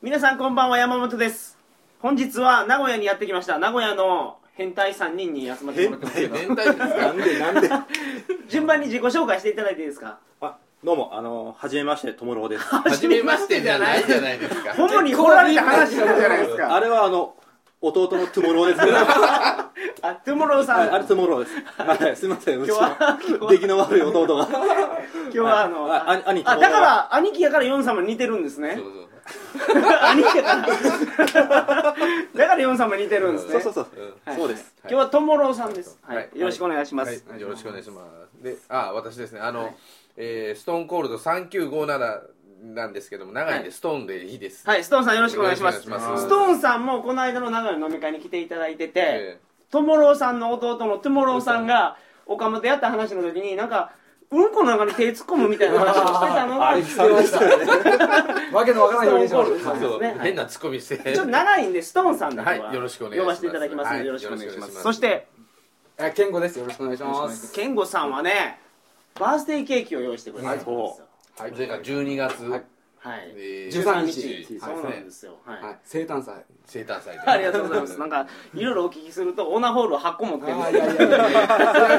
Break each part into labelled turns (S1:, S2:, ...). S1: 皆さんこんばんは山本です本日は名古屋にやってきました名古屋の変態3人に集まってもらってますけど
S2: 変態です
S3: な
S2: か
S3: んでなんで
S1: 順番に自己紹介していただいていいですか
S3: あどうもあのはじめましてともろうです
S2: 初めましてじゃないじゃないですか
S1: ホモに掘られた話だったじゃないです
S3: あ
S1: か
S3: れはあの弟のトゥモローですね
S1: あトゥモローさん
S3: あれトゥモローですはいすいませんうち
S1: 今日は
S3: の出来の悪い弟が
S1: 今日はあの
S3: ああ兄貴
S1: あだから兄貴やからヨン様に似てるんですね
S2: そうそう
S1: 兄貴やから だからヨン様に似てるんですね
S3: そうそうそう
S2: うん
S1: はい
S3: そうです
S1: 今日はトモローさんです、は
S2: はいい
S1: よろしくお願いします、
S2: はい、よろしくお願いしますであ私ですねあの、えーストーンコールド3957なんですけども長いんで、
S1: はい
S2: ストーンでいいです
S1: はい、ストーンさんよろしくお願いします
S2: よろしくお願いします
S1: ストーンさんもこの間の長野の飲み会に来ていただいてて、
S2: え
S1: トモローさんの弟のトゥモローさんが岡本やった話の時になんかうんこの中に手突っ込むみたいな話をしてたの が
S4: れ必要でしたね。わけのわからない表現し
S1: ストーンコー
S4: ま
S1: ルドさ
S4: し
S1: ん
S2: ー
S4: た。
S2: そう、
S1: はい
S2: 変なツッコミして
S1: ちょっと長いんでストーンさんで今日は
S2: はいよろしくお願いし
S1: 呼ば
S2: ます
S1: せていただきますの
S2: は
S1: で
S2: い
S1: よろしくお願いしま
S2: よろしくお願いしますす
S1: そして
S4: え健吾です。よろしくお願いします。
S1: 健吾さんはねバースデーケーキを用意してくれたんですよ
S4: はい
S2: それから12月、
S4: はい
S1: はい
S2: えー
S4: 13日
S1: そ
S4: はいう
S1: なんですよはい
S4: はい生誕祭。
S2: 生誕祭で
S1: ありがとうございますなんかいろいろお聞きするとオナホールを8個持ってるん
S4: あ
S1: で
S4: あ
S1: す
S4: い
S1: よ
S4: やいやいやい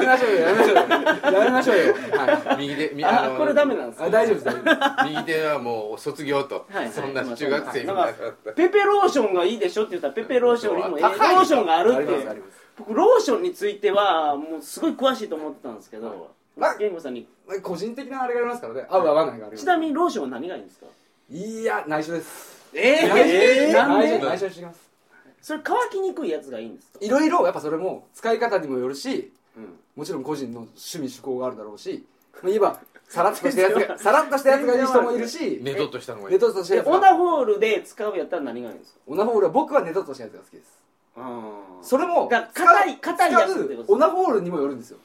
S4: や。やめましょうよ。やめましょうよ。やめましょうよ。はい。
S2: 右手み
S1: あ
S2: の
S1: これダメなんです
S4: あ
S1: か
S4: 大丈夫です大丈夫です。
S2: 右手はもう卒業と、
S1: はい
S2: そんな中学生みたいな、
S1: はいペペローションがいいでしょって言ったらペペローションよりもええロ
S2: 高い
S1: ーションがある
S4: あ
S1: っ
S4: り
S1: て
S4: ますあります。
S1: 僕ローションについてはもうすごい詳しいと思ってたんですけど
S4: はい
S1: 言語さんに
S4: まあ個人的なあれがありますからね。合う合わないがある。
S1: ちなみにローションは何がいいんですか
S4: いや内緒です。
S1: え
S4: 内緒
S1: なん
S4: 内緒
S1: で
S4: 内緒にしてきます。
S1: それ乾きにくいやつがいいんですか
S4: いろいろやっぱそれも使い方にもよるし、
S1: うん
S4: もちろん個人の趣味趣向があるだろうし、まあ言えばさらっとしたやつがさらっとしたやつがいい人もいるし、
S2: 寝とっとしたのがい
S4: ネ
S2: い
S4: トとした
S1: え
S4: やつが
S1: オナホールで使うやったら何がいいんですか
S4: オナホールは僕はネタとしたやつが好きです
S1: あ
S4: それも
S1: だから硬い
S4: 使う
S1: 硬いやつってこと
S4: 使うオナホールにもよるんですよ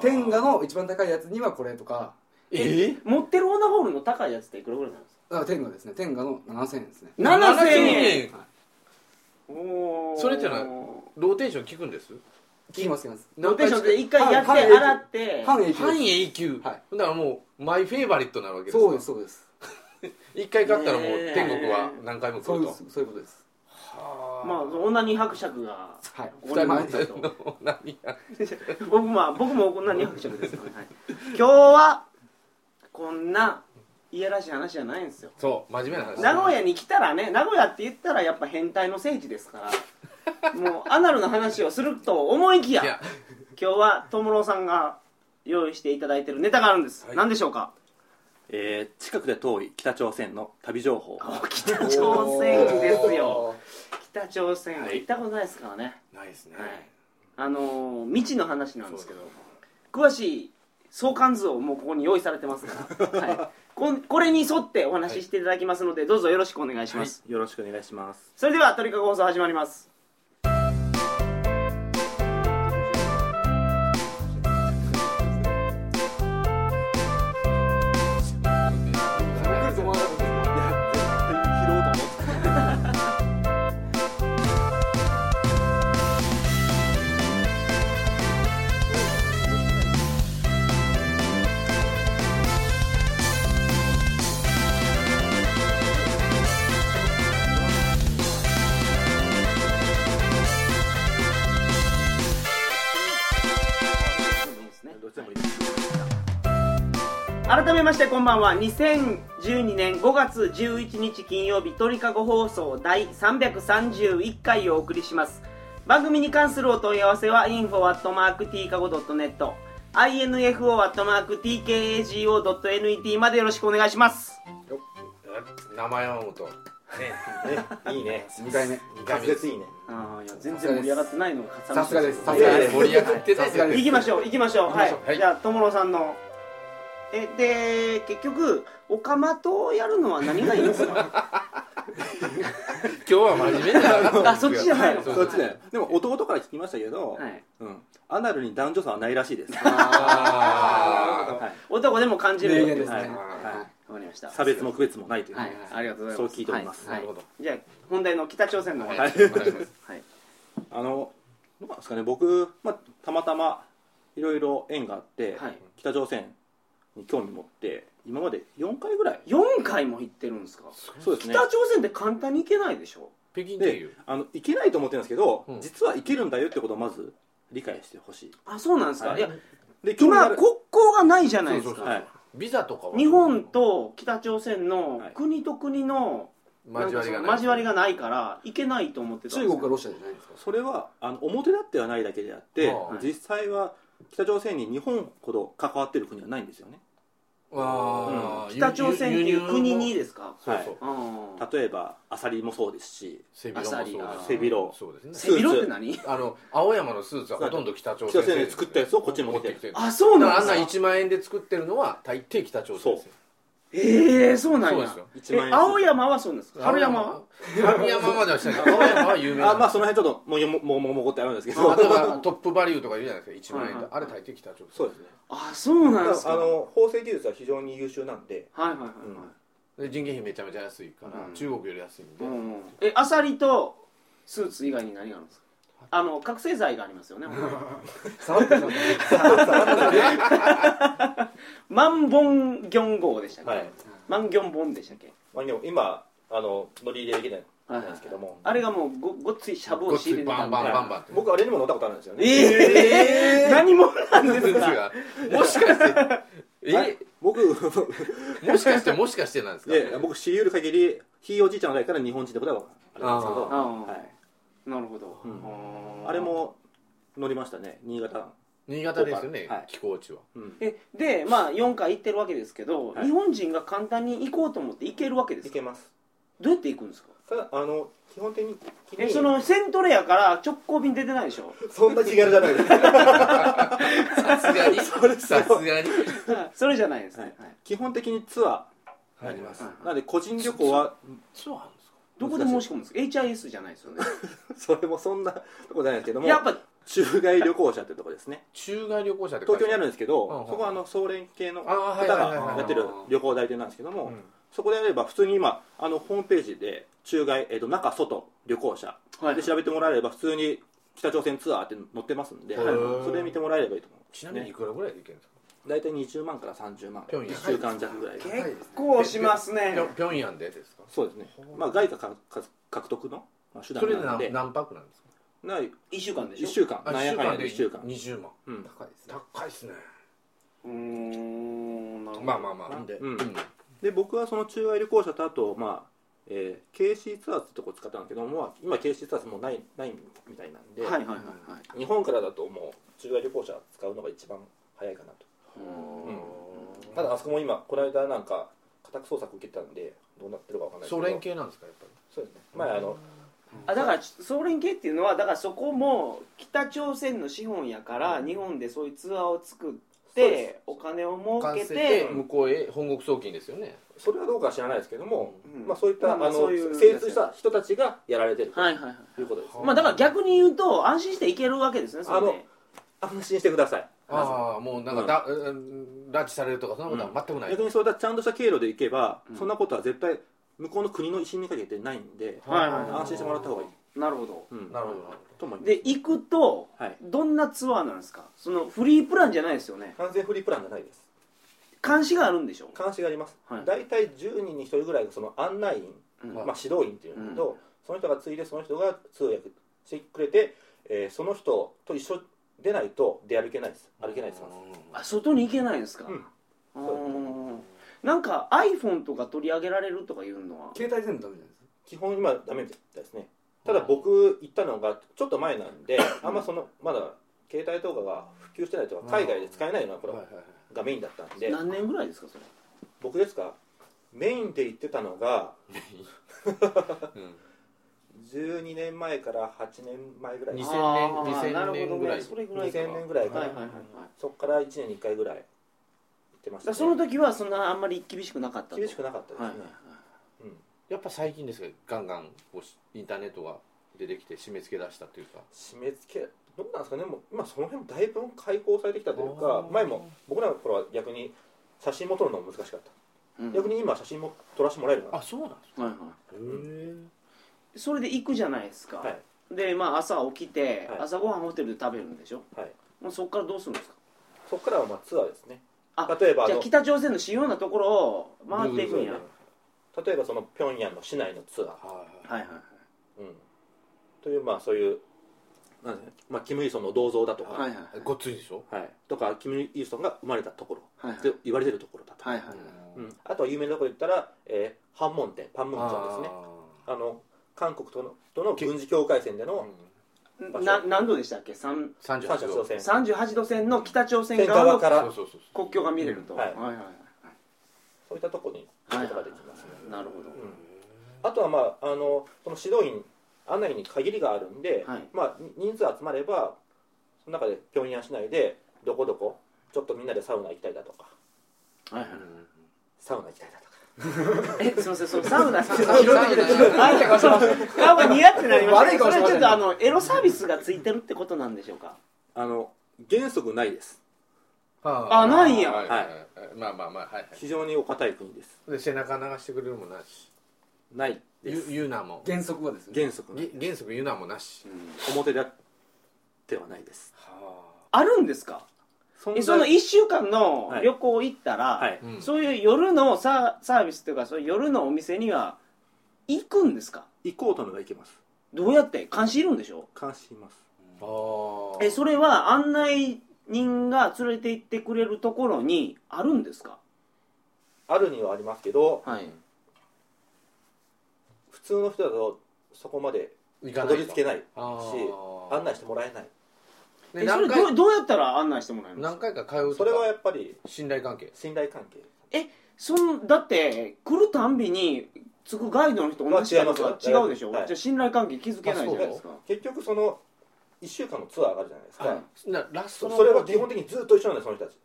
S4: 天下の一番高いやつにはこれとか
S2: え
S1: 持ってるオナホールの高いやつっていくらぐらいなんですか
S4: あ天下ですね天下の7000円ですね
S1: 7000円
S2: 円
S1: おー
S2: それってのはローテーション効くんです
S4: 聞きます聞きます
S1: ローテーションで一回
S4: 半
S1: やって
S4: 半永久
S1: 洗って
S4: 半永久
S2: 半永久、
S4: はい
S2: だからもうマイフェイバリットなわけですか
S4: そうですそうです
S2: 一回勝ったらもう
S1: ねえ
S2: 天国は何回も来
S4: そう
S2: る
S4: で
S2: と
S4: すそういうことです
S1: まあオナニ伯爵が
S4: はい
S1: ここに持ってたと
S2: 何や
S1: 僕まあ僕もこんなに拍手ですから、はい、今日はこんないやらしい話じゃないんですよ
S2: そう真面目な話
S1: 名古屋に来たらね名古屋って言ったらやっぱ変態の聖地ですからもうアナルの話をすると思いきや
S2: いや
S1: 今日は友郎さんが用意していただいてるネタがあるんです、
S2: はい
S1: 何でしょうか
S3: えー近くで遠い北朝鮮の旅情報
S1: 北朝鮮ですよ北朝鮮は行ったことないですからね、
S2: ないですね、
S1: はい、あのー未知の話なんですけど詳しい相関図をもうここに用意されてますから、 はい、こんこれに沿ってお話ししていただきますので、どうぞよろしくお願いします、
S3: よろしくお願いします
S1: それでは「トリカゴ放送」始まります
S4: 来ると思わなかったです
S1: いいですね
S3: どっちでもいいです
S1: 改めましてこんばんは2012年5月11日金曜日鳥かご放送第331回をお送りします番組に関するお問い合わせは info.tkago.net info.tkago.net までよろしくお願いします
S2: 名前はもと
S3: ねいいね
S4: 2回目
S3: 滑舌いいね
S1: ああいや全然盛り上がってないの
S4: さすがですさ
S1: い
S4: すが
S1: やい
S4: で
S1: や
S4: す
S2: 盛り上がってない
S4: さすがです
S1: 行きましょう行きましょう
S2: 行きま
S1: はい
S2: しょう、はい
S1: じゃあ友野さんのえで結局オカマとやるのは何がいいんです か
S2: 今日は真面目な話
S1: あそっちじゃないの
S2: そう
S3: そっちねでも弟から聞きましたけど
S1: はい
S3: うんアナルに男女差はないらしいです
S2: あ
S3: はい
S1: 男でも感じる
S4: 名
S1: よ
S4: 言ですね
S1: はい、
S2: ー
S1: わ
S3: は
S4: は
S1: かりました
S3: 差別も区別もないという
S1: はい、ありがとうございます。
S3: そう聞いております
S1: は
S2: ないる
S1: は
S2: ほ
S1: い
S2: ど
S1: じゃあ本題の北朝鮮の話、
S2: は
S1: はいい、
S2: お願いします
S3: あのどうなんですかね僕、まあ、たまたまいろいろ縁があって、
S1: はい
S3: 北朝鮮に興味持って今まで4回ぐらい
S1: 4回も行ってるんですか
S3: そうですね
S1: 北朝鮮って簡単に行けないでしょ
S2: 北京経
S3: で
S2: 由
S3: あのいけないと思ってるんですけど、
S2: うん
S3: 実はいけるんだよってことをまず理解してほしい
S1: あそうなんですか、、
S3: はいい
S1: や
S3: で興味あ
S1: 今
S3: る
S1: 国交がないじゃないですか
S2: そうそう
S3: はい、
S2: ビザとかは
S1: 日本と北朝鮮の
S3: はい
S1: 国と国のなん
S2: 交
S1: か
S2: わ
S1: その
S2: りがない
S1: 交わりがないから行けないと思ってたんで
S4: 中
S1: す
S4: 国かロシアじゃないんですか
S3: それはあの表立ってはないだけであって、
S2: はい
S3: 実際は北朝鮮に日本ほど関わってる国はないんですよね、
S2: あー
S1: 北朝鮮っていう国に
S2: 輸入も
S1: ですか
S2: そうそう
S1: うん
S3: 例えばアサリもそうですし
S2: 背広
S1: アサ
S2: も
S1: リ
S2: そうだ
S1: あー
S2: し
S3: 背広
S2: そうです
S1: 背
S2: ね
S1: 広って何
S2: あの青山のスーツはほとんど北朝
S3: 北
S2: 鮮
S3: 朝鮮で作ったやつをこっちに持ってきて
S2: る
S1: あそう
S2: だか
S1: な
S2: ら
S1: ん
S2: あん
S1: で
S2: な
S1: すか
S2: 1万円で作ってるのは大抵北朝鮮ですよ
S1: ええそうなん
S2: そうで
S1: や
S2: すよ
S3: 1
S1: え
S3: 万円
S1: 青山はそうなんですか春山は
S2: 春山まではしてない青山は有名
S3: あまあ
S2: な
S3: その辺ちょっともうよももももこってあるんですけ
S2: あと
S3: ど
S2: はトップバリューとか言うじゃないですか1万円
S1: はい
S2: であれ大抵北朝鮮
S3: そうですね
S1: あそう
S3: あ
S1: なんですかはい
S3: の縫製技術は非常に優秀なんで、
S1: はいはいは
S3: うん
S2: で人件費めちゃめちゃ安いから、
S1: うん
S2: 中国より安いん
S1: い
S2: で、
S1: うんうんえアサリとスーツ以外に何があるんですかあの覚醒剤がありますよね
S4: 触ってしまった
S1: マンボンギョン号でしたっけ、
S3: はい
S1: マンギョンボンでしたっけ
S3: まあ、でも今あの乗り入れできない
S1: はいはい
S3: なんですけども、
S1: あれがもうごごっついシャブ
S2: こ
S1: を
S2: っ
S1: 仕入れ
S2: ち
S1: てた
S2: バ
S1: ん
S2: ン
S1: で
S2: バンバンバンって、
S3: 僕あれにも乗ったことあるんですよね
S1: ええ何もなんです
S2: 違
S1: か
S2: うもしかして
S3: はい
S2: え
S3: 僕
S2: もしかしてもしかしてなんです
S3: い
S2: か
S3: やいや僕知り得る限りひいおじいちゃんの代から日本人ってことはあるんですけど
S1: あー
S3: はい
S1: なるほど、
S3: うん
S1: あー
S3: あれも乗りましたね新潟、
S2: 新潟ですよね、
S3: はい
S2: 気候地は
S3: うん、
S1: えでまあ4回行ってるわけですけど、
S3: はい
S1: 日本人が簡単に行こうと思って行けるわけです
S3: 行
S1: か
S3: けます
S1: どうやって行くんですか
S3: ただあの基本的に
S1: えそのセントレアから直行便出てないでしょ
S3: そんな気軽じ ゃないです
S2: さすがにさすがに
S1: それじゃないですね、
S3: はい
S1: はい
S3: 基本的にツアーあります、なので個人旅行は
S2: そうなんですか
S1: どこで申し込むんですか HIS じゃないですよね
S3: それもそんなとこじゃないですけども
S1: や っぱ
S3: 中外旅行者ってとこですね
S2: 中外旅行者って書い
S3: 東
S2: て
S3: 京にあるんですけど、
S2: うんうん
S3: そこはあの総連系の
S2: あ
S3: 方
S2: ーはいはいはいはい
S3: がやってる旅行代理店なんですけども、
S2: うん
S3: そこでやれば普通に今あのホームページで中外、えっと中外旅行者
S1: はい
S3: で調べてもらえれば普通に北朝鮮ツアーって載ってますんで、
S2: へー
S3: それ見てもらえればいいと思う
S2: ちなみにいくらぐらいで行けるんですか
S3: 大体20万から30万
S2: 平壌
S3: 1週間弱ぐらい
S4: 高いです
S1: 結
S4: ね
S1: 構しますね
S2: ぴょん平壌でですか
S3: そうですね、まあ、外貨かか獲得のまあ手
S2: それで
S3: 段なんで
S2: 何何泊なんですか
S3: ない
S1: 1週間でし
S3: 1
S1: ょ
S3: 週間
S2: あ
S3: なんやかんやで1週間
S2: 20万
S3: うん
S4: 高いですね
S2: 高いっすね
S1: うーんなるほど
S2: まあまあまあ
S3: なんで
S2: うん
S3: うんで僕はその中外旅行者とあと、まあえー、KC ツアーってとこ使ったんだけども、まあ、今 KC ツアーもうないないみたいなんで、
S1: はいはいはいはい
S3: 日本からだともう中外旅行者使うのが一番早いかなとただあそこも今この間なんか家宅捜索受けたんでどうなってるかわかんないけ
S2: ソ
S3: ど
S2: 連系なんですかやっぱり
S3: そうですね前あの
S1: あだから総連系っていうのはだからそこも北朝鮮の資本やから、日本でそういうツアーを作っ
S3: そうで
S1: てお金を
S2: 完
S1: 儲け
S2: 成
S1: て
S2: で向こうへ本国送金ですよね
S3: それはどうかは知らないですけども、
S1: うん
S3: まあ、そういった、
S1: まあまあ
S3: あの
S1: そういう
S3: 精通した人たちがやられてると
S1: はいはいはい
S3: いうことです、ね
S2: は
S1: まあだから逆に言うと安心していけるわけですねそれで
S3: 安心してください
S2: ああもうなんかだ、うん拉致されるとかそんなことは全くない、
S3: 逆にそれだちゃんとした経路で行けば、
S1: うん
S3: そんなことは絶対向こうの国の威信にかけてないんで、
S1: はいはいはい
S3: 安心してもらった方がいい、
S1: なるほど
S3: うん
S2: なるほどなる
S3: と思います
S1: で行くと
S3: はい、
S1: どんなツアーなんですかそのフリープランじゃないですよね
S3: 完全フリープランじゃないです
S1: 監視があるんでしょ
S3: 監視があります、
S1: はい
S3: 大体10人に1人ぐらいがその案内員、
S1: うん
S3: まあ、指導員っていうんだけど、その人がついでその人が通訳してくれて、えーその人と一緒でないと出歩けないです歩けないですまず
S2: ほ
S1: あ外に行けないんですか、
S3: うん
S1: あーなんか iPhone とか取り上げられるとかいうのは
S4: 携帯全部ダメじゃないですか
S3: 基本今ダメみたいですねただ僕行ったのがちょっと前なんであんまそのまだ携帯とかが普及してないとか海外で使えないようなこれ
S2: ど、はいはい
S3: がメインだったんで
S1: 何年ぐらいですかそれ
S3: 僕ですかメインで行ってたのが
S2: はいうん
S3: 12年前から8年前ぐらい
S2: 2000
S3: です
S2: 年
S1: あー
S2: 2000
S1: なるほどね
S2: 年ぐらい
S1: それぐらいか
S3: 2000年ぐらいか
S1: は
S3: な
S1: は
S3: い
S1: いはいはい
S3: そこから1年に1回ぐらい行ってま
S1: だか
S3: した、
S1: らその時はそんなあんまり厳しくなかったと
S3: 厳しくなかったですね、
S1: はいはい
S3: うん、
S2: やっぱ最近ですがガンガンこうしインターネットが出てきて締め付け出したというか
S3: 締め付けどうなんですかねもう今その辺もだいぶ開放されてきたという
S2: あ
S3: か
S2: ー
S3: 前も僕らの頃は逆に写真も撮るのも難しかった、
S1: うん
S3: 逆に今写真も撮らせてもらえるな
S2: あそうなんです
S1: はいはい
S2: かへ
S1: それで行くじゃないですか、
S3: はい
S1: でまあ朝起きて、
S3: はい
S1: 朝ごはんホテルで食べるんでしょ
S3: はい
S1: もうそこからどうするんですか
S3: そこからはまあツアーですね
S1: あ
S3: 例えばあ
S1: じゃあ
S3: の
S1: 北朝鮮の主要なところを回っていくんや
S2: うん
S3: 例えばその平壌の市内のツアー、
S1: はいはいはい
S3: うん、というまあそういうなんですかねまあ、キム・イルソンの銅像だとか、
S1: はいはい
S2: ごっついでしょ
S3: はいとかキム・イルソンが生まれたところ
S1: はいはい
S3: って言われてるところだとか、
S1: はいはい
S3: うん、あとは有名なところで言ったら、えー、半門店パンムンチョンですね
S2: あ
S3: あの韓国とのとの軍事境界線での場所
S1: な何度でしたっけ三
S2: ー
S3: 三者
S2: 38
S3: 朝
S2: 度
S3: 鮮
S1: 38度線の北朝鮮
S3: 線側
S1: 側
S3: か
S1: の
S3: ら
S2: そう
S3: そ
S2: そうそうそう
S1: 国境が見れると、
S3: うんは
S1: は
S3: い
S1: いはいは
S3: ういったところに行くことができますね、
S1: いなるほど、
S3: うんあとは、まあ、あのその指導員案内に限りがあるんで、
S1: はい
S3: まあ、人数集まればその中で平壌市内でどこどこちょっとみんなでサウナ行きたいだとか
S1: はいはい
S3: サウナ行きたいだとか
S1: え、すみません、 そのサウナ、サウナ、
S2: サウナ
S1: あいやその顔がニヤってなりました
S4: 悪
S1: け
S4: い
S1: ど。
S4: 顔
S1: そ
S4: して
S1: れはちょっ
S4: ませんね
S1: とあのエロサービスがついてるってことなんでしょうか。
S3: あの原則ないです
S2: は
S1: あないんや
S2: はいはいはいまあまあまあはいは
S3: 非常にお堅い国です
S2: いで背中流してくれるもなし
S3: ないで
S2: ゆ
S3: す
S2: ゆなも
S4: 原則はですね
S3: 原則ない
S2: げ原則ゆなもなし
S3: 表であってはないです
S1: あるんですか。え、
S3: 存在
S1: その一週間の
S3: はい
S1: 旅行行ったら、
S3: はい
S2: うん
S1: そういう夜のサーサービスというか、そういう夜のお店には行くんですか。
S3: 行こうとのが行けます
S1: どうやって監視いるんでしょ
S3: 監視します
S2: あー
S1: え、それは案内人が連れて行ってくれるところにあるんですか。
S3: あるにはありますけど
S1: はい。
S3: 普通の人だとそこまで
S2: 行
S3: た
S2: か
S3: ど
S2: ない
S3: り着けないし
S2: あー
S3: 案内してもらえない
S1: え、
S2: で
S1: それ
S2: 何
S1: どう
S2: 回
S1: どうやったら案内してもらえます
S2: 何。回か通うとか
S3: それはやっぱり
S2: 信頼関係
S3: 信頼関係
S1: そのだって来るたんびにつくガイドの人同じだから
S3: まあ
S1: 違
S3: 違います
S1: うでしょ、
S3: はい
S1: じゃあ信頼関係築けないじゃないですか
S3: 結局その1週間のツアーがあるじゃないですか、
S1: はい
S2: なラスト
S3: そ
S2: の
S3: それは基本的にずっと一緒なんですその人たち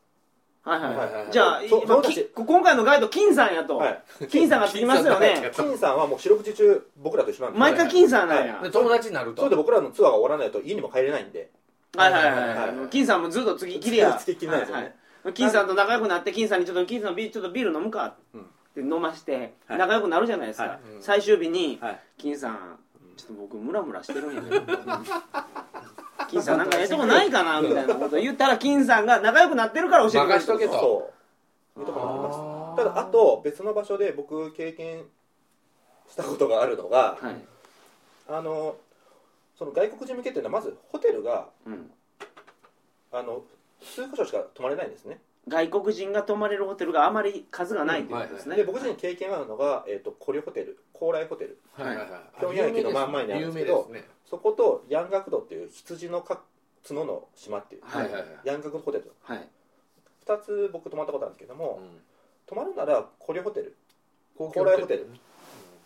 S1: はいはい
S2: はいはいはい
S1: じゃあ
S3: そ
S1: まあ
S3: その人たち
S1: き今回のガイド金さんやと、
S3: はい
S1: 金さんがつきますよね
S3: 金さんはもう四六時中僕らと一緒なんです
S1: 毎回金さんなんや、
S2: で友達になると
S3: そうで僕らのツアーが終わらないと家にも帰れないんで
S1: はいはいはいはい、
S2: はい
S1: 金さんもずっとつきっきりや
S3: つきっきりなんですよね
S1: はいはい金さんと仲良くなって金さんにちょっと金さんビールちょっとビール飲むか
S3: うん
S1: って飲まして
S3: はい
S1: 仲良くなるじゃないですか、
S3: はい
S2: うん
S1: 最終日に
S3: はい
S1: 「金さんちょっと僕ムラムラしてるんやけど」金さんなんかええとこないかなみたいなこと言ったら金さんが仲良くなってるから教えてくれる
S2: 任しとけと
S3: そういうとこもあります
S2: あー
S3: ただあと別の場所で僕経験したことがあるのが、
S1: はい
S3: あのその外国人向けっていうのはまずホテルが
S1: うん、
S3: あの数箇所しか泊まれないんですね
S1: 外国人が泊まれるホテルがあまり数がないということですね、
S3: で僕自身経験があるのが、えー、とコリョホテル高麗ホテル
S2: はいはいはい
S3: 平壌駅の真ん前にあるんですけど
S2: 有名ですね
S3: そことヤンガクドっていう羊のか角の島っていう、
S1: はい
S2: はいはいはい
S3: ヤンガクドホテル
S1: はい、
S3: 2つ僕泊まったことあるんですけども、
S2: うん
S3: 泊まるならコリョホテル
S2: 高
S3: 高麗ホテル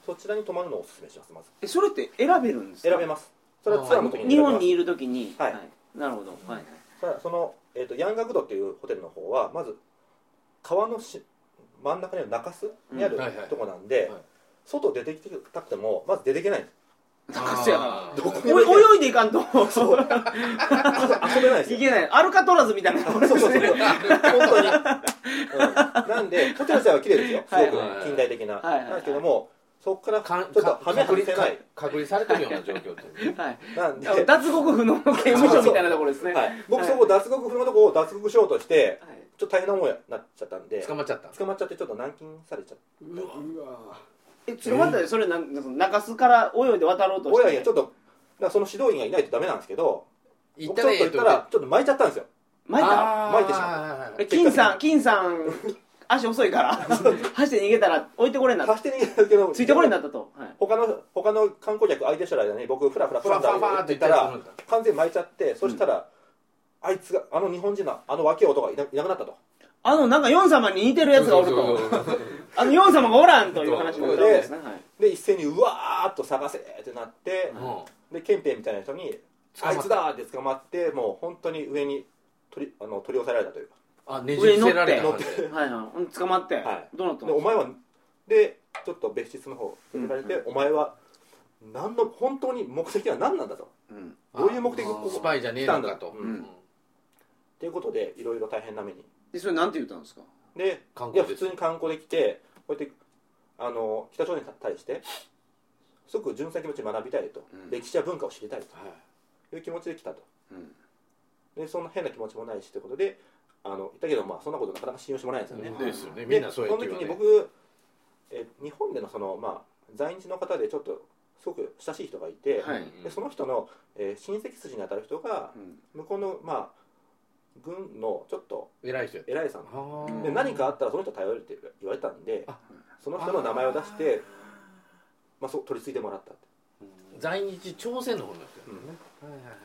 S3: そちらに泊まるのをおすすめしますまず
S1: えそれって選べるんですか
S3: 選べますそれはツアーの時
S1: 日
S3: に選べ
S1: 本
S3: ます
S1: にいる時に、
S3: はい
S1: なるほど、はいはい
S3: ただその、えー、とヤンガクドっていうホテルの方はまず川のし真ん中にある中州にある
S2: うんはいはい
S3: とこなんで、
S2: はい
S3: 外出てきたくてもまず出てけないんです
S1: なんかせやな
S2: あー
S3: どこ
S1: お
S3: にも行けない
S1: 泳いでいかんとい
S3: 遊べないですよ
S1: けないアルカトラズみたいな
S3: そうそうそう本当に、うんなんでホテル自体は綺麗ですよすご
S1: はい
S3: く近代的な、
S1: はいはい
S3: なんですけどもそこからちょ
S2: か
S3: っとはめ
S2: 隔
S3: 外せな
S2: 離か
S3: い
S2: 隔離されてるような状況っていうね
S1: はい
S3: なんで、
S1: あの脱獄不能の刑務所みたいなところですね、
S3: はいい、僕そこ脱獄不能のとこを脱獄しようとして
S1: はい
S3: ちょっと大変な思いになっちゃったんで
S2: 捕まっちゃった
S3: 捕まっちゃってちょっと軟禁されちゃって
S4: うわ
S1: えちょっと待ってそれなんその中州から泳いで渡ろうとして
S3: 親にちょっとだからその指導員がいないとダメなんですけど
S2: 行っ
S3: 僕
S2: た
S3: ちょっと
S2: らええ
S3: 行った
S2: と
S3: らちょっと巻いちゃったんですよ
S1: 巻いた
S2: あー
S3: 巻いてしま
S2: はいはいは
S1: え
S2: い
S1: 金さん金さん足遅いから走って逃げたら置いてこれになった
S3: 走って逃げたけど
S1: ついてこれになったと、はい、
S3: 他の他の観光客相手してる間に僕フラフラフラフラ
S2: フラフラフラ
S3: って言ったら
S2: って言った
S3: 完全に巻いちゃってそしたら、あいつがあの日本人のあの若い男がいないなくなったと
S1: あのなんかヨン様に似てるやつがおると
S2: そうそうそう
S1: あのヨン様がおらんという話になったわけですね、はい
S3: で一斉にうわーっと探せってなって、
S2: うん
S3: で憲兵みたいな人に「
S2: 捕ま
S3: あ
S2: った
S3: いつだ!」って捕まってもう本当に上に取りあの取り押さえられたというか
S2: あねじ伏せられた
S1: 上に
S2: 感
S1: 乗
S2: じ
S1: はいはいうん捕まって、
S3: はい
S1: どうなった
S3: で
S1: の
S3: お前はでちょっと別室の方連れられて、お前は何の本当に目的は何なんだと
S1: うん
S3: どういう目的でここ
S2: スパイじゃねえのかと
S3: 来たんだ
S2: うん
S1: うん
S3: っていうことでいろいろ大変な目に
S1: でそれなんて言ったんですか
S3: で
S2: 観
S3: いや
S2: 光
S3: 普
S2: です
S3: 通に観光できてこうやってあの北朝鮮に対してすごく純粋な気持ちで学びたいと、
S1: うん
S3: 歴史や文化を知りたい
S2: はい
S3: という気持ちで来たと
S1: うん
S3: でそんな変な気持ちもないしということであの言ったけど、まあ、そんなことなかなか信用してもらえないんですよね。
S2: ですよねみんなそうやって
S3: で
S2: 言
S3: その
S2: う
S3: 時に
S2: よね
S3: 僕え日本でのその、まあ、在日の方でちょっとすごく親しい人がいて、
S1: はい
S3: でその人の、えー親戚筋に当たる人が向こうの、まあ、軍のちょっと
S2: 偉い人や
S3: 偉いさん
S2: で
S3: で何かあったらその人頼るって言われたんで
S2: あ
S3: その人の名前を出してまあ、そう取り継いでもらったって
S2: 在日朝鮮の方になってるね、はいはいはい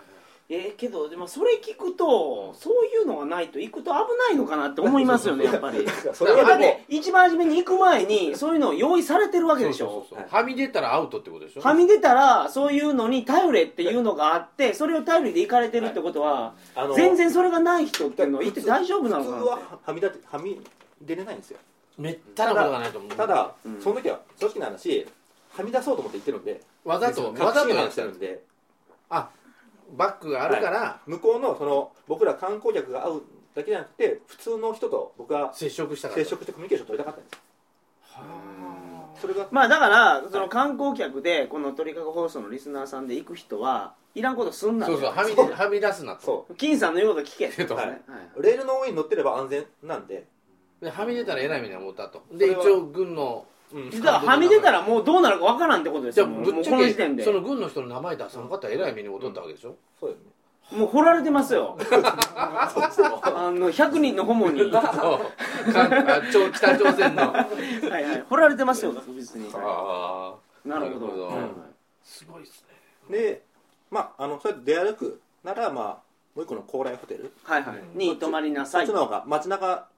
S1: えーけどでもそれ聞くとそういうのがないと行くと危ないのかなって思いますよねやっぱり
S3: いやそ
S2: れはでも
S1: だって一番初めに行く前にそういうのを用意されてるわけでし
S2: そう
S1: ょ
S2: そうそうはみ出たらアウトってことでしょ
S1: はみ出たらそういうのに頼れっていうのがあってそれを頼りで行かれてるってことは
S3: あの
S1: 全然それがない人っていうのは行って大丈夫なのか
S3: 普
S1: な
S3: 通
S1: って
S3: ははみ出てはみ出れないんですよ
S2: めったなことがないと思う
S3: ただ、
S1: うん
S3: その時は正直な話はみ出そうと思って言ってるんで
S2: わざとわ
S3: 隠
S2: ざ
S3: し
S2: と
S3: に
S2: や
S3: 話し
S2: っ
S3: てて
S2: る
S3: るんで
S2: あバックがあるから、
S3: 向こうのその僕ら観光客が会うだけじゃなくて普通の人と僕は
S2: 接触したから
S3: 接触してコミュニケーション取りたかったんですそれが
S1: まあだからその観光客でこの鳥かご放送のリスナーさんで行く人はいらんことすんな
S2: そうそうはみ出
S3: そう
S2: はみ出すなと
S3: そ
S1: 金さんの言うこと聞け
S2: けど
S1: はい
S3: そうレールの上に乗ってれば安全なんで、
S2: ではみ出たら偉い目に思ったと
S3: それ
S2: で一
S3: は
S2: 応軍の
S3: うん
S1: 実ははみ出たらもうどうなるかわからんってことです
S2: じゃ
S1: よ
S2: あ
S1: もう
S2: ぶっちゃ
S1: この時点
S2: け
S1: で
S2: その軍の人の名前出さなかったら偉い目に思っとったわけでしょ、
S3: そうだよね
S1: もう掘られてますよ
S3: そうですよ
S1: あの100人のホモには
S2: そうかあ朝北朝鮮のあ
S1: い、はい、掘られてますよ確実に
S2: あ
S1: なるほど
S2: なるほど
S1: はいはい
S2: すごいですね
S3: でまああのそれで出歩くならまあもう一個の高麗ホテル
S1: はいはいに泊まりな
S3: そ
S1: さ
S3: っ
S1: い
S3: ちの方が街中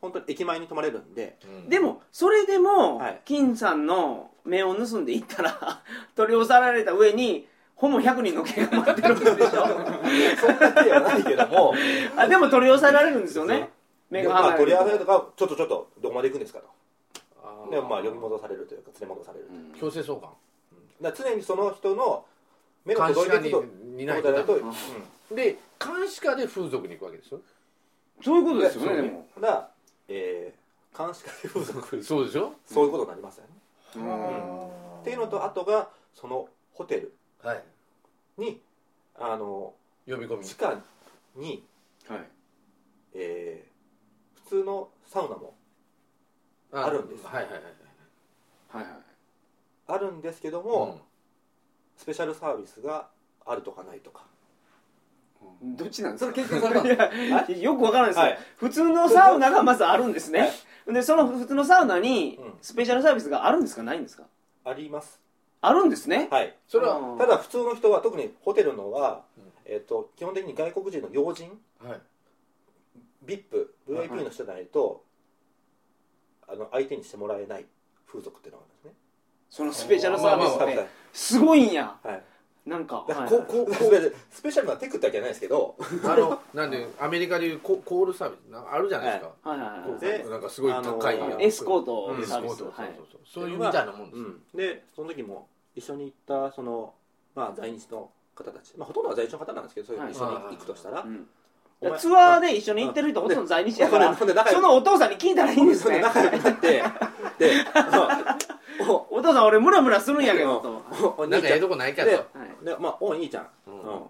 S3: 本当に駅前に泊まれるんで
S1: でもそれでも、
S3: はい
S1: 金さんの目を盗んでいったら 取り押さえられた上にほぼ100人の毛が待ってるんでしょ
S3: そんな手はないけど も
S1: あでも取り押さえられるんですよね目
S3: で
S1: が
S3: まあ
S1: 離
S3: 取
S1: れ
S3: り合わ
S1: る
S3: せとかちょっとちょっとどこまで行くんですかと
S2: あー
S3: でまあ呼び戻されるというか連れ戻されるという
S2: 強制送還
S3: だから常にその人の目が
S2: 監視
S3: 届い
S2: 下
S3: てる
S2: に
S3: と
S2: 担い
S3: こと
S2: て
S3: だ
S2: た
S3: と、
S1: ん
S2: で監視下で風俗に行くわけでしょ
S1: そういうことですよねでも
S3: だから、えー、監視下で風俗
S2: そうでしょ
S3: そういうことになりますよね、
S2: は
S3: っていうのとあとがそのホテル
S2: い
S3: にあの
S2: 呼び込み
S3: 地下に、
S1: はい
S3: えー普通のサウナもあるんです
S2: はいはいはい
S1: はいはい
S3: あるんですけども、
S2: も
S3: スペシャルサービスがあるとかないとか
S1: どっちなんです
S4: それ
S1: か
S4: 経験されたの
S1: いや よくわからないですよ、
S3: はい
S1: 普通のサウナがまずあるんですね、でその普通のサウナに
S3: うん
S1: スペシャルサービスがあるんですかないんですか
S3: あります
S1: あるんですね
S3: はい
S2: それは
S1: うん
S3: ただ普通の人は特にホテルのは、
S2: うん
S3: えー、と基本的に外国人の要人
S2: うんはい
S3: VIP、VIP の人じゃないと、あの相手にしてもらえない風俗っていうのがあるんで
S1: そのスペシャルサービス
S3: す
S1: っ
S2: まあま
S3: ね。
S1: てすごいんや
S3: はい。
S1: なんか
S3: だから
S1: はい
S3: こうこうこ うスペシャルなテクってわけじゃないですけど、
S2: あのなんでアメリカでいうココールサービスなあるじゃないですか
S1: はいはいはい
S2: こう
S3: で
S2: なんかすごい高い
S3: あの
S1: エスコー
S2: ト
S1: ト
S2: エスコ
S1: サー
S2: ー
S1: ビ
S2: ト
S1: ス、
S2: そう
S1: はい、
S2: そうそうそういうみたいなもんです
S3: でその時も一緒に行ったそのまあ在日の方たち、まあほとんどは在日の方なんですけど、そういう
S1: はい
S3: 一緒に行くとしたら、
S1: うん
S3: お前
S1: ツアーで一緒に行ってる人ほとんど在日やか
S3: う
S1: ら
S3: んほんで仲良く
S1: そのお父さんに聞いたらいいんです
S3: それ
S1: ね
S3: で仲良くなって、で、まあお
S1: お父さん俺ムラムラするんやけどと、
S3: おお
S2: なん
S3: 兄
S2: か
S3: ちゃ
S2: ええ
S3: ん、
S2: とこないかと
S1: はい
S3: でまあお兄ちゃん、う
S2: う
S3: んん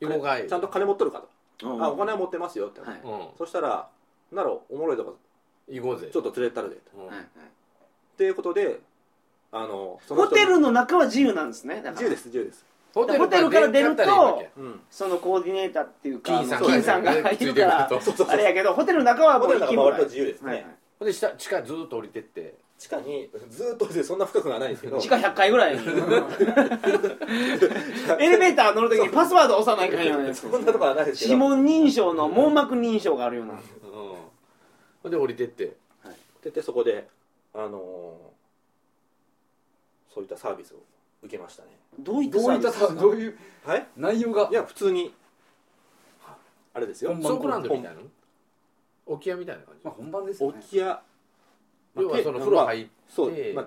S2: 横がいい
S3: ちゃんと金持っとるかと、
S1: うん
S3: あお金は持ってますよって、
S1: はい
S2: うん
S3: そしたらならおもろいとこ
S2: 行こうぜ
S3: ちょっと連れてったるで。
S2: うん
S1: はいはい
S3: っていうことであのその
S1: ホ
S3: 人
S1: テルの中は自由なんですねだから
S3: 自由です自由です
S2: ホ
S1: ホテルから出ると
S2: 出んかったらいいわけ
S3: うん
S1: そのコーディネーターっていうか
S2: 金さん
S1: あの金さんが
S2: がね
S1: いるから
S2: ついてくると
S3: そうそうそう
S1: あれやけどホテルの中は
S3: ホ
S1: も
S3: テ
S1: う行
S3: ルなん
S1: き
S3: か
S1: も
S3: 割
S1: ら
S3: と
S1: え
S3: 自由ですね、
S1: はいはい
S2: ほんで下地下ずーっと降りてって
S3: 地下にずっとでそんな深くはないんですけど
S1: 地下100階ぐらいにエレベーター乗るときにパスワード押さないかんようなやつ
S3: そんなとこはないですけ
S1: 指
S3: ど
S1: 紋認証の網膜認証があるような
S2: うんほんで降りてって
S3: ででそこであのーそういったサービスを受けましたね
S1: どういった
S4: ど
S1: サー
S4: ういっ
S1: ビスで
S4: た
S1: すか
S4: さどういう
S3: はい
S4: 内容が
S3: いや普通にあれですよ
S4: 本番
S2: ソープランドみたいなの置き屋みたいな感じ
S4: まあ本番ですよね
S3: 置き屋
S2: 要はその風呂入っ
S3: そう、
S2: て
S3: まあ、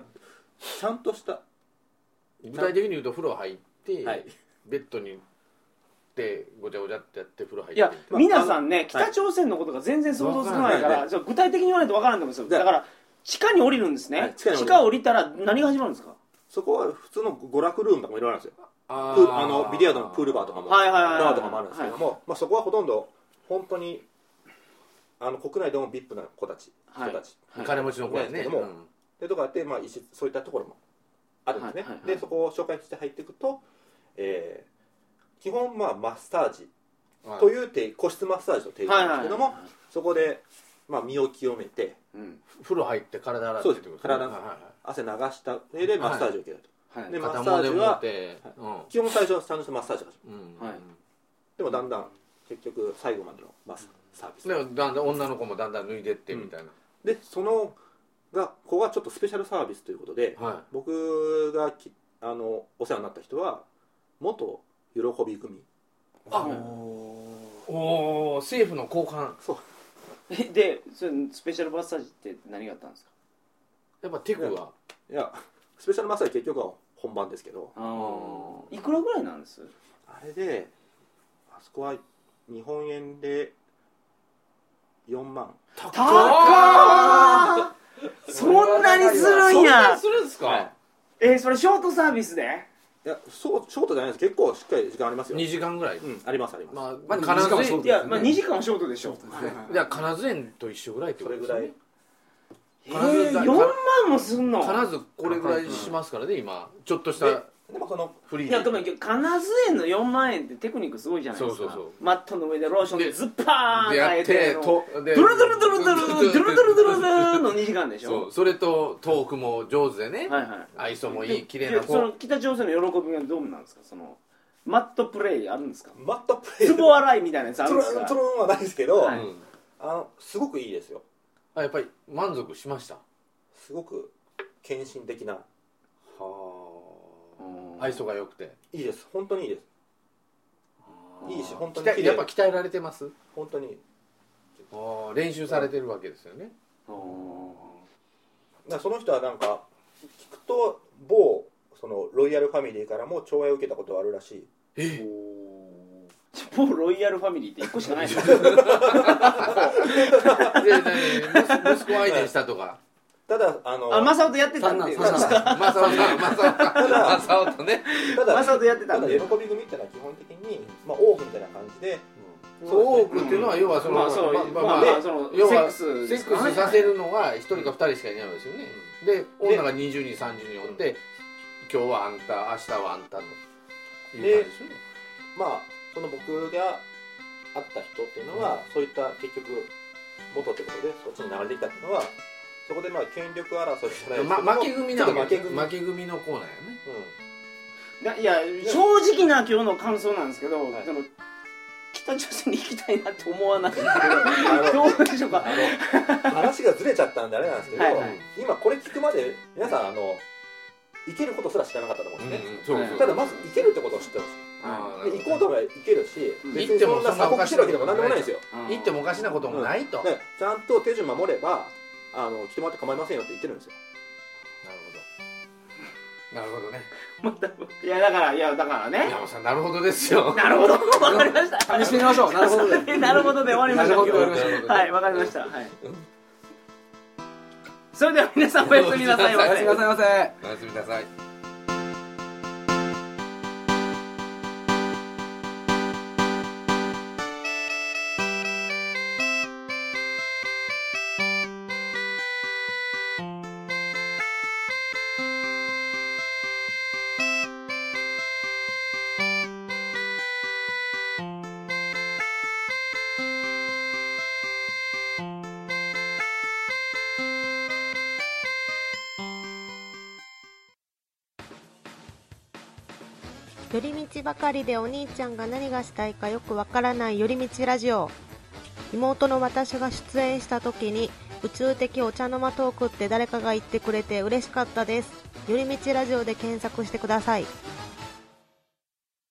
S3: ちゃんとした
S2: 具体的に言うと風呂入って、
S3: はい
S2: ベッドに行ってごちゃごちゃってやって風呂入って
S1: いや、
S3: まあ
S1: 皆さんね、
S3: あの
S1: 北朝鮮のことが全然想像つかないか、
S3: わから
S1: じゃあ具体的に言わないとわからんと思うんですよ。
S3: で
S1: だから、地下に降りるんです
S3: は
S1: ね
S3: い。地
S1: 地
S3: 下に降りる
S1: 下降りたら何が始まるんですか
S3: そこは普通の娯楽ルームとかもいろいろあるんですよ
S2: あ
S3: プールあのビリヤードのプールバーとかも
S1: はいはいはいはい
S3: バーとかもあるんですけども、まあ、そこはほとんど本当にあの国内でも VIP な子たち
S1: はい
S3: 人たち
S1: はい
S2: 金持ちの子やね
S3: でも
S2: うん
S3: でとかあって、まあ、一そういったところもあるんですね、
S1: はいはいはい
S3: でそこを紹介して入っていくと、えー基本、まあ、マッサージ
S2: はい
S3: というて個室マッサージと提供なんですけども、
S1: はいはいはい
S3: そこで、まあ、身を清めて
S1: うん
S2: 風呂入って体洗って
S3: そうです
S2: って
S3: 体
S2: はいはいはい
S3: 汗流した上でマッサージを受けると、
S1: はい
S3: で
S2: 肩もでもってうん
S3: 基本最初はちゃんとしたマッサージが
S2: うん
S1: はい
S3: でもだんだん結局最後までのマッサービス、
S2: でもだんだん女の子もだんだん脱いでってみたいな
S3: でそのが子がちょっとスペシャルサービスということで、
S2: は
S3: 僕がきあのお世話になった人は元喜び組
S1: あ
S2: いおお政府の高官
S1: えでそれスペシャルマッサージって何があったんですか
S2: やっぱテクはい
S3: やスペシャルマッサージ結局は本番ですけど
S1: ああいくらぐらいなんです
S3: あれであそこは日本円で4万
S1: 高ーそんなにするんや
S2: するんですか
S1: えそれショートサービスで
S3: いやそうショートじゃないです結構しっかり時間ありますよ
S2: 2時間ぐらい
S3: うんありますあります、
S2: まあ
S4: まあ
S2: 金
S4: 二時間
S2: 津
S4: も
S1: い
S2: 園
S4: そうですね
S1: や、まあ、2時間はショートでしょ
S2: いや金津園と一緒ぐらいって
S3: そ
S2: こと
S3: れぐ
S2: ですよ
S3: ら
S2: ね
S3: い
S1: え
S2: 金
S1: ー、
S2: 津
S1: 4万もすんの
S2: 金津これぐらいしますからね今ちょっとした
S3: でもその
S2: フリー
S1: いやでも金津園の4万円ってテクニックすごいじゃないですか
S2: そうそうそう
S1: マットの上でローションで
S2: で
S1: ズッパーン
S2: でやっ
S1: 変え
S2: て
S1: の
S2: とで
S1: ドゥルドゥルドゥルドゥルドゥルドゥルドゥルドゥルの2時間でし
S2: そ
S1: ょ
S2: うそれとトークも上手でね
S1: はいはい
S2: 愛想もいい綺麗な
S1: でその
S2: 子
S1: 北朝鮮の喜びはどうなんですかそのマットプレイあるんですか
S3: マットプレイ
S1: ツボ洗いみたいなやつあ
S3: ト
S1: るんです
S3: ロン
S1: か
S3: トロンはないですけど、
S1: は
S2: う
S1: い
S2: ん
S3: あのすごくいいですよ
S2: あやっぱり満足しました
S3: すごく献身的な
S1: うん
S2: 愛想が良くて
S3: いいです本当にいいですいいし本当に
S2: 鍛え
S3: 綺
S2: やっぱ
S3: 麗
S2: 鍛えられてます
S3: 本当に
S2: あー練習されてるわけですよね
S3: だからその人はなんか聞くと某そのロイヤルファミリーからも懲戒を受けたことがあるらしい
S2: え
S1: もうロイヤルファミリーって1個しかないですよ
S2: 息子を相手にしたとか
S3: ただあの
S1: あマサオとやってたんで
S4: 三男 三男
S2: マサオさんマサオさんマサオとね
S3: た
S1: マ
S3: だ
S1: サオとやってた
S3: た
S1: ん
S3: だ喜
S1: で
S3: び組ってのは基本的に、まあ、オープンみたいな感じで
S2: 多くっていうのは要はその
S1: まあそう
S2: まあ
S1: まあ
S2: まあ
S1: その
S2: 要は
S1: セックス
S2: セ
S1: です
S2: ッ
S1: かね
S2: クスさせるのが一人か二人しかいないわけですよねで女が20人30人おって今日はあんた明日はあんたという感じですよね
S3: まあその僕が会った人っていうのは、そういった結局元ってことでそっちに流れてきたっていうのはそこでまあ権力争いじゃないですけども、
S2: ま、負け組なわけ
S3: ちょっと負け組
S2: 負け組のコーナーやね
S3: うん
S1: いや正直な今日の感想なんですけど、
S3: はい
S1: その北朝鮮に行きたいなって思わないんです
S3: あ
S1: け
S3: の
S1: どどうでしょうか
S3: あの話がずれちゃったんであれなんですけど、
S1: はいはい
S3: 今これ聞くまで皆さんあの行けることすら知らなかったと思うんですね、
S2: そうそうそう
S3: ただまず行けるってことを知ってほし
S2: あー
S3: いで行こうと思えば行けるし
S1: うん
S3: 別にそんな鎖国してるわけでも何でもないんですよ
S2: 行ってもおかしなこともないと、
S3: だからちゃんと手順守ればあの来てもらって構いませんよって言ってるんですよ
S2: なるほどなるほどね
S1: いやだからいやだからね
S2: 山本さんなるほどですよ
S1: なるほどわかりました
S4: 試してみましょうなるほどで
S1: なるほどで終わりましょう
S4: なるほど
S1: 今
S4: で終わりまし
S1: 日はいわかりましたはいそれでは皆さんおやすみなさいま
S2: おや
S4: お
S1: せ
S4: やすみなさいませ
S2: おやすみなさい
S5: 寄り道ばかりでお兄ちゃんが何がしたいかよくわからない寄り道ラジオ妹の私が出演した時に宇宙的お茶の間トークって誰かが言ってくれて嬉しかったです寄り道ラジオで検索してください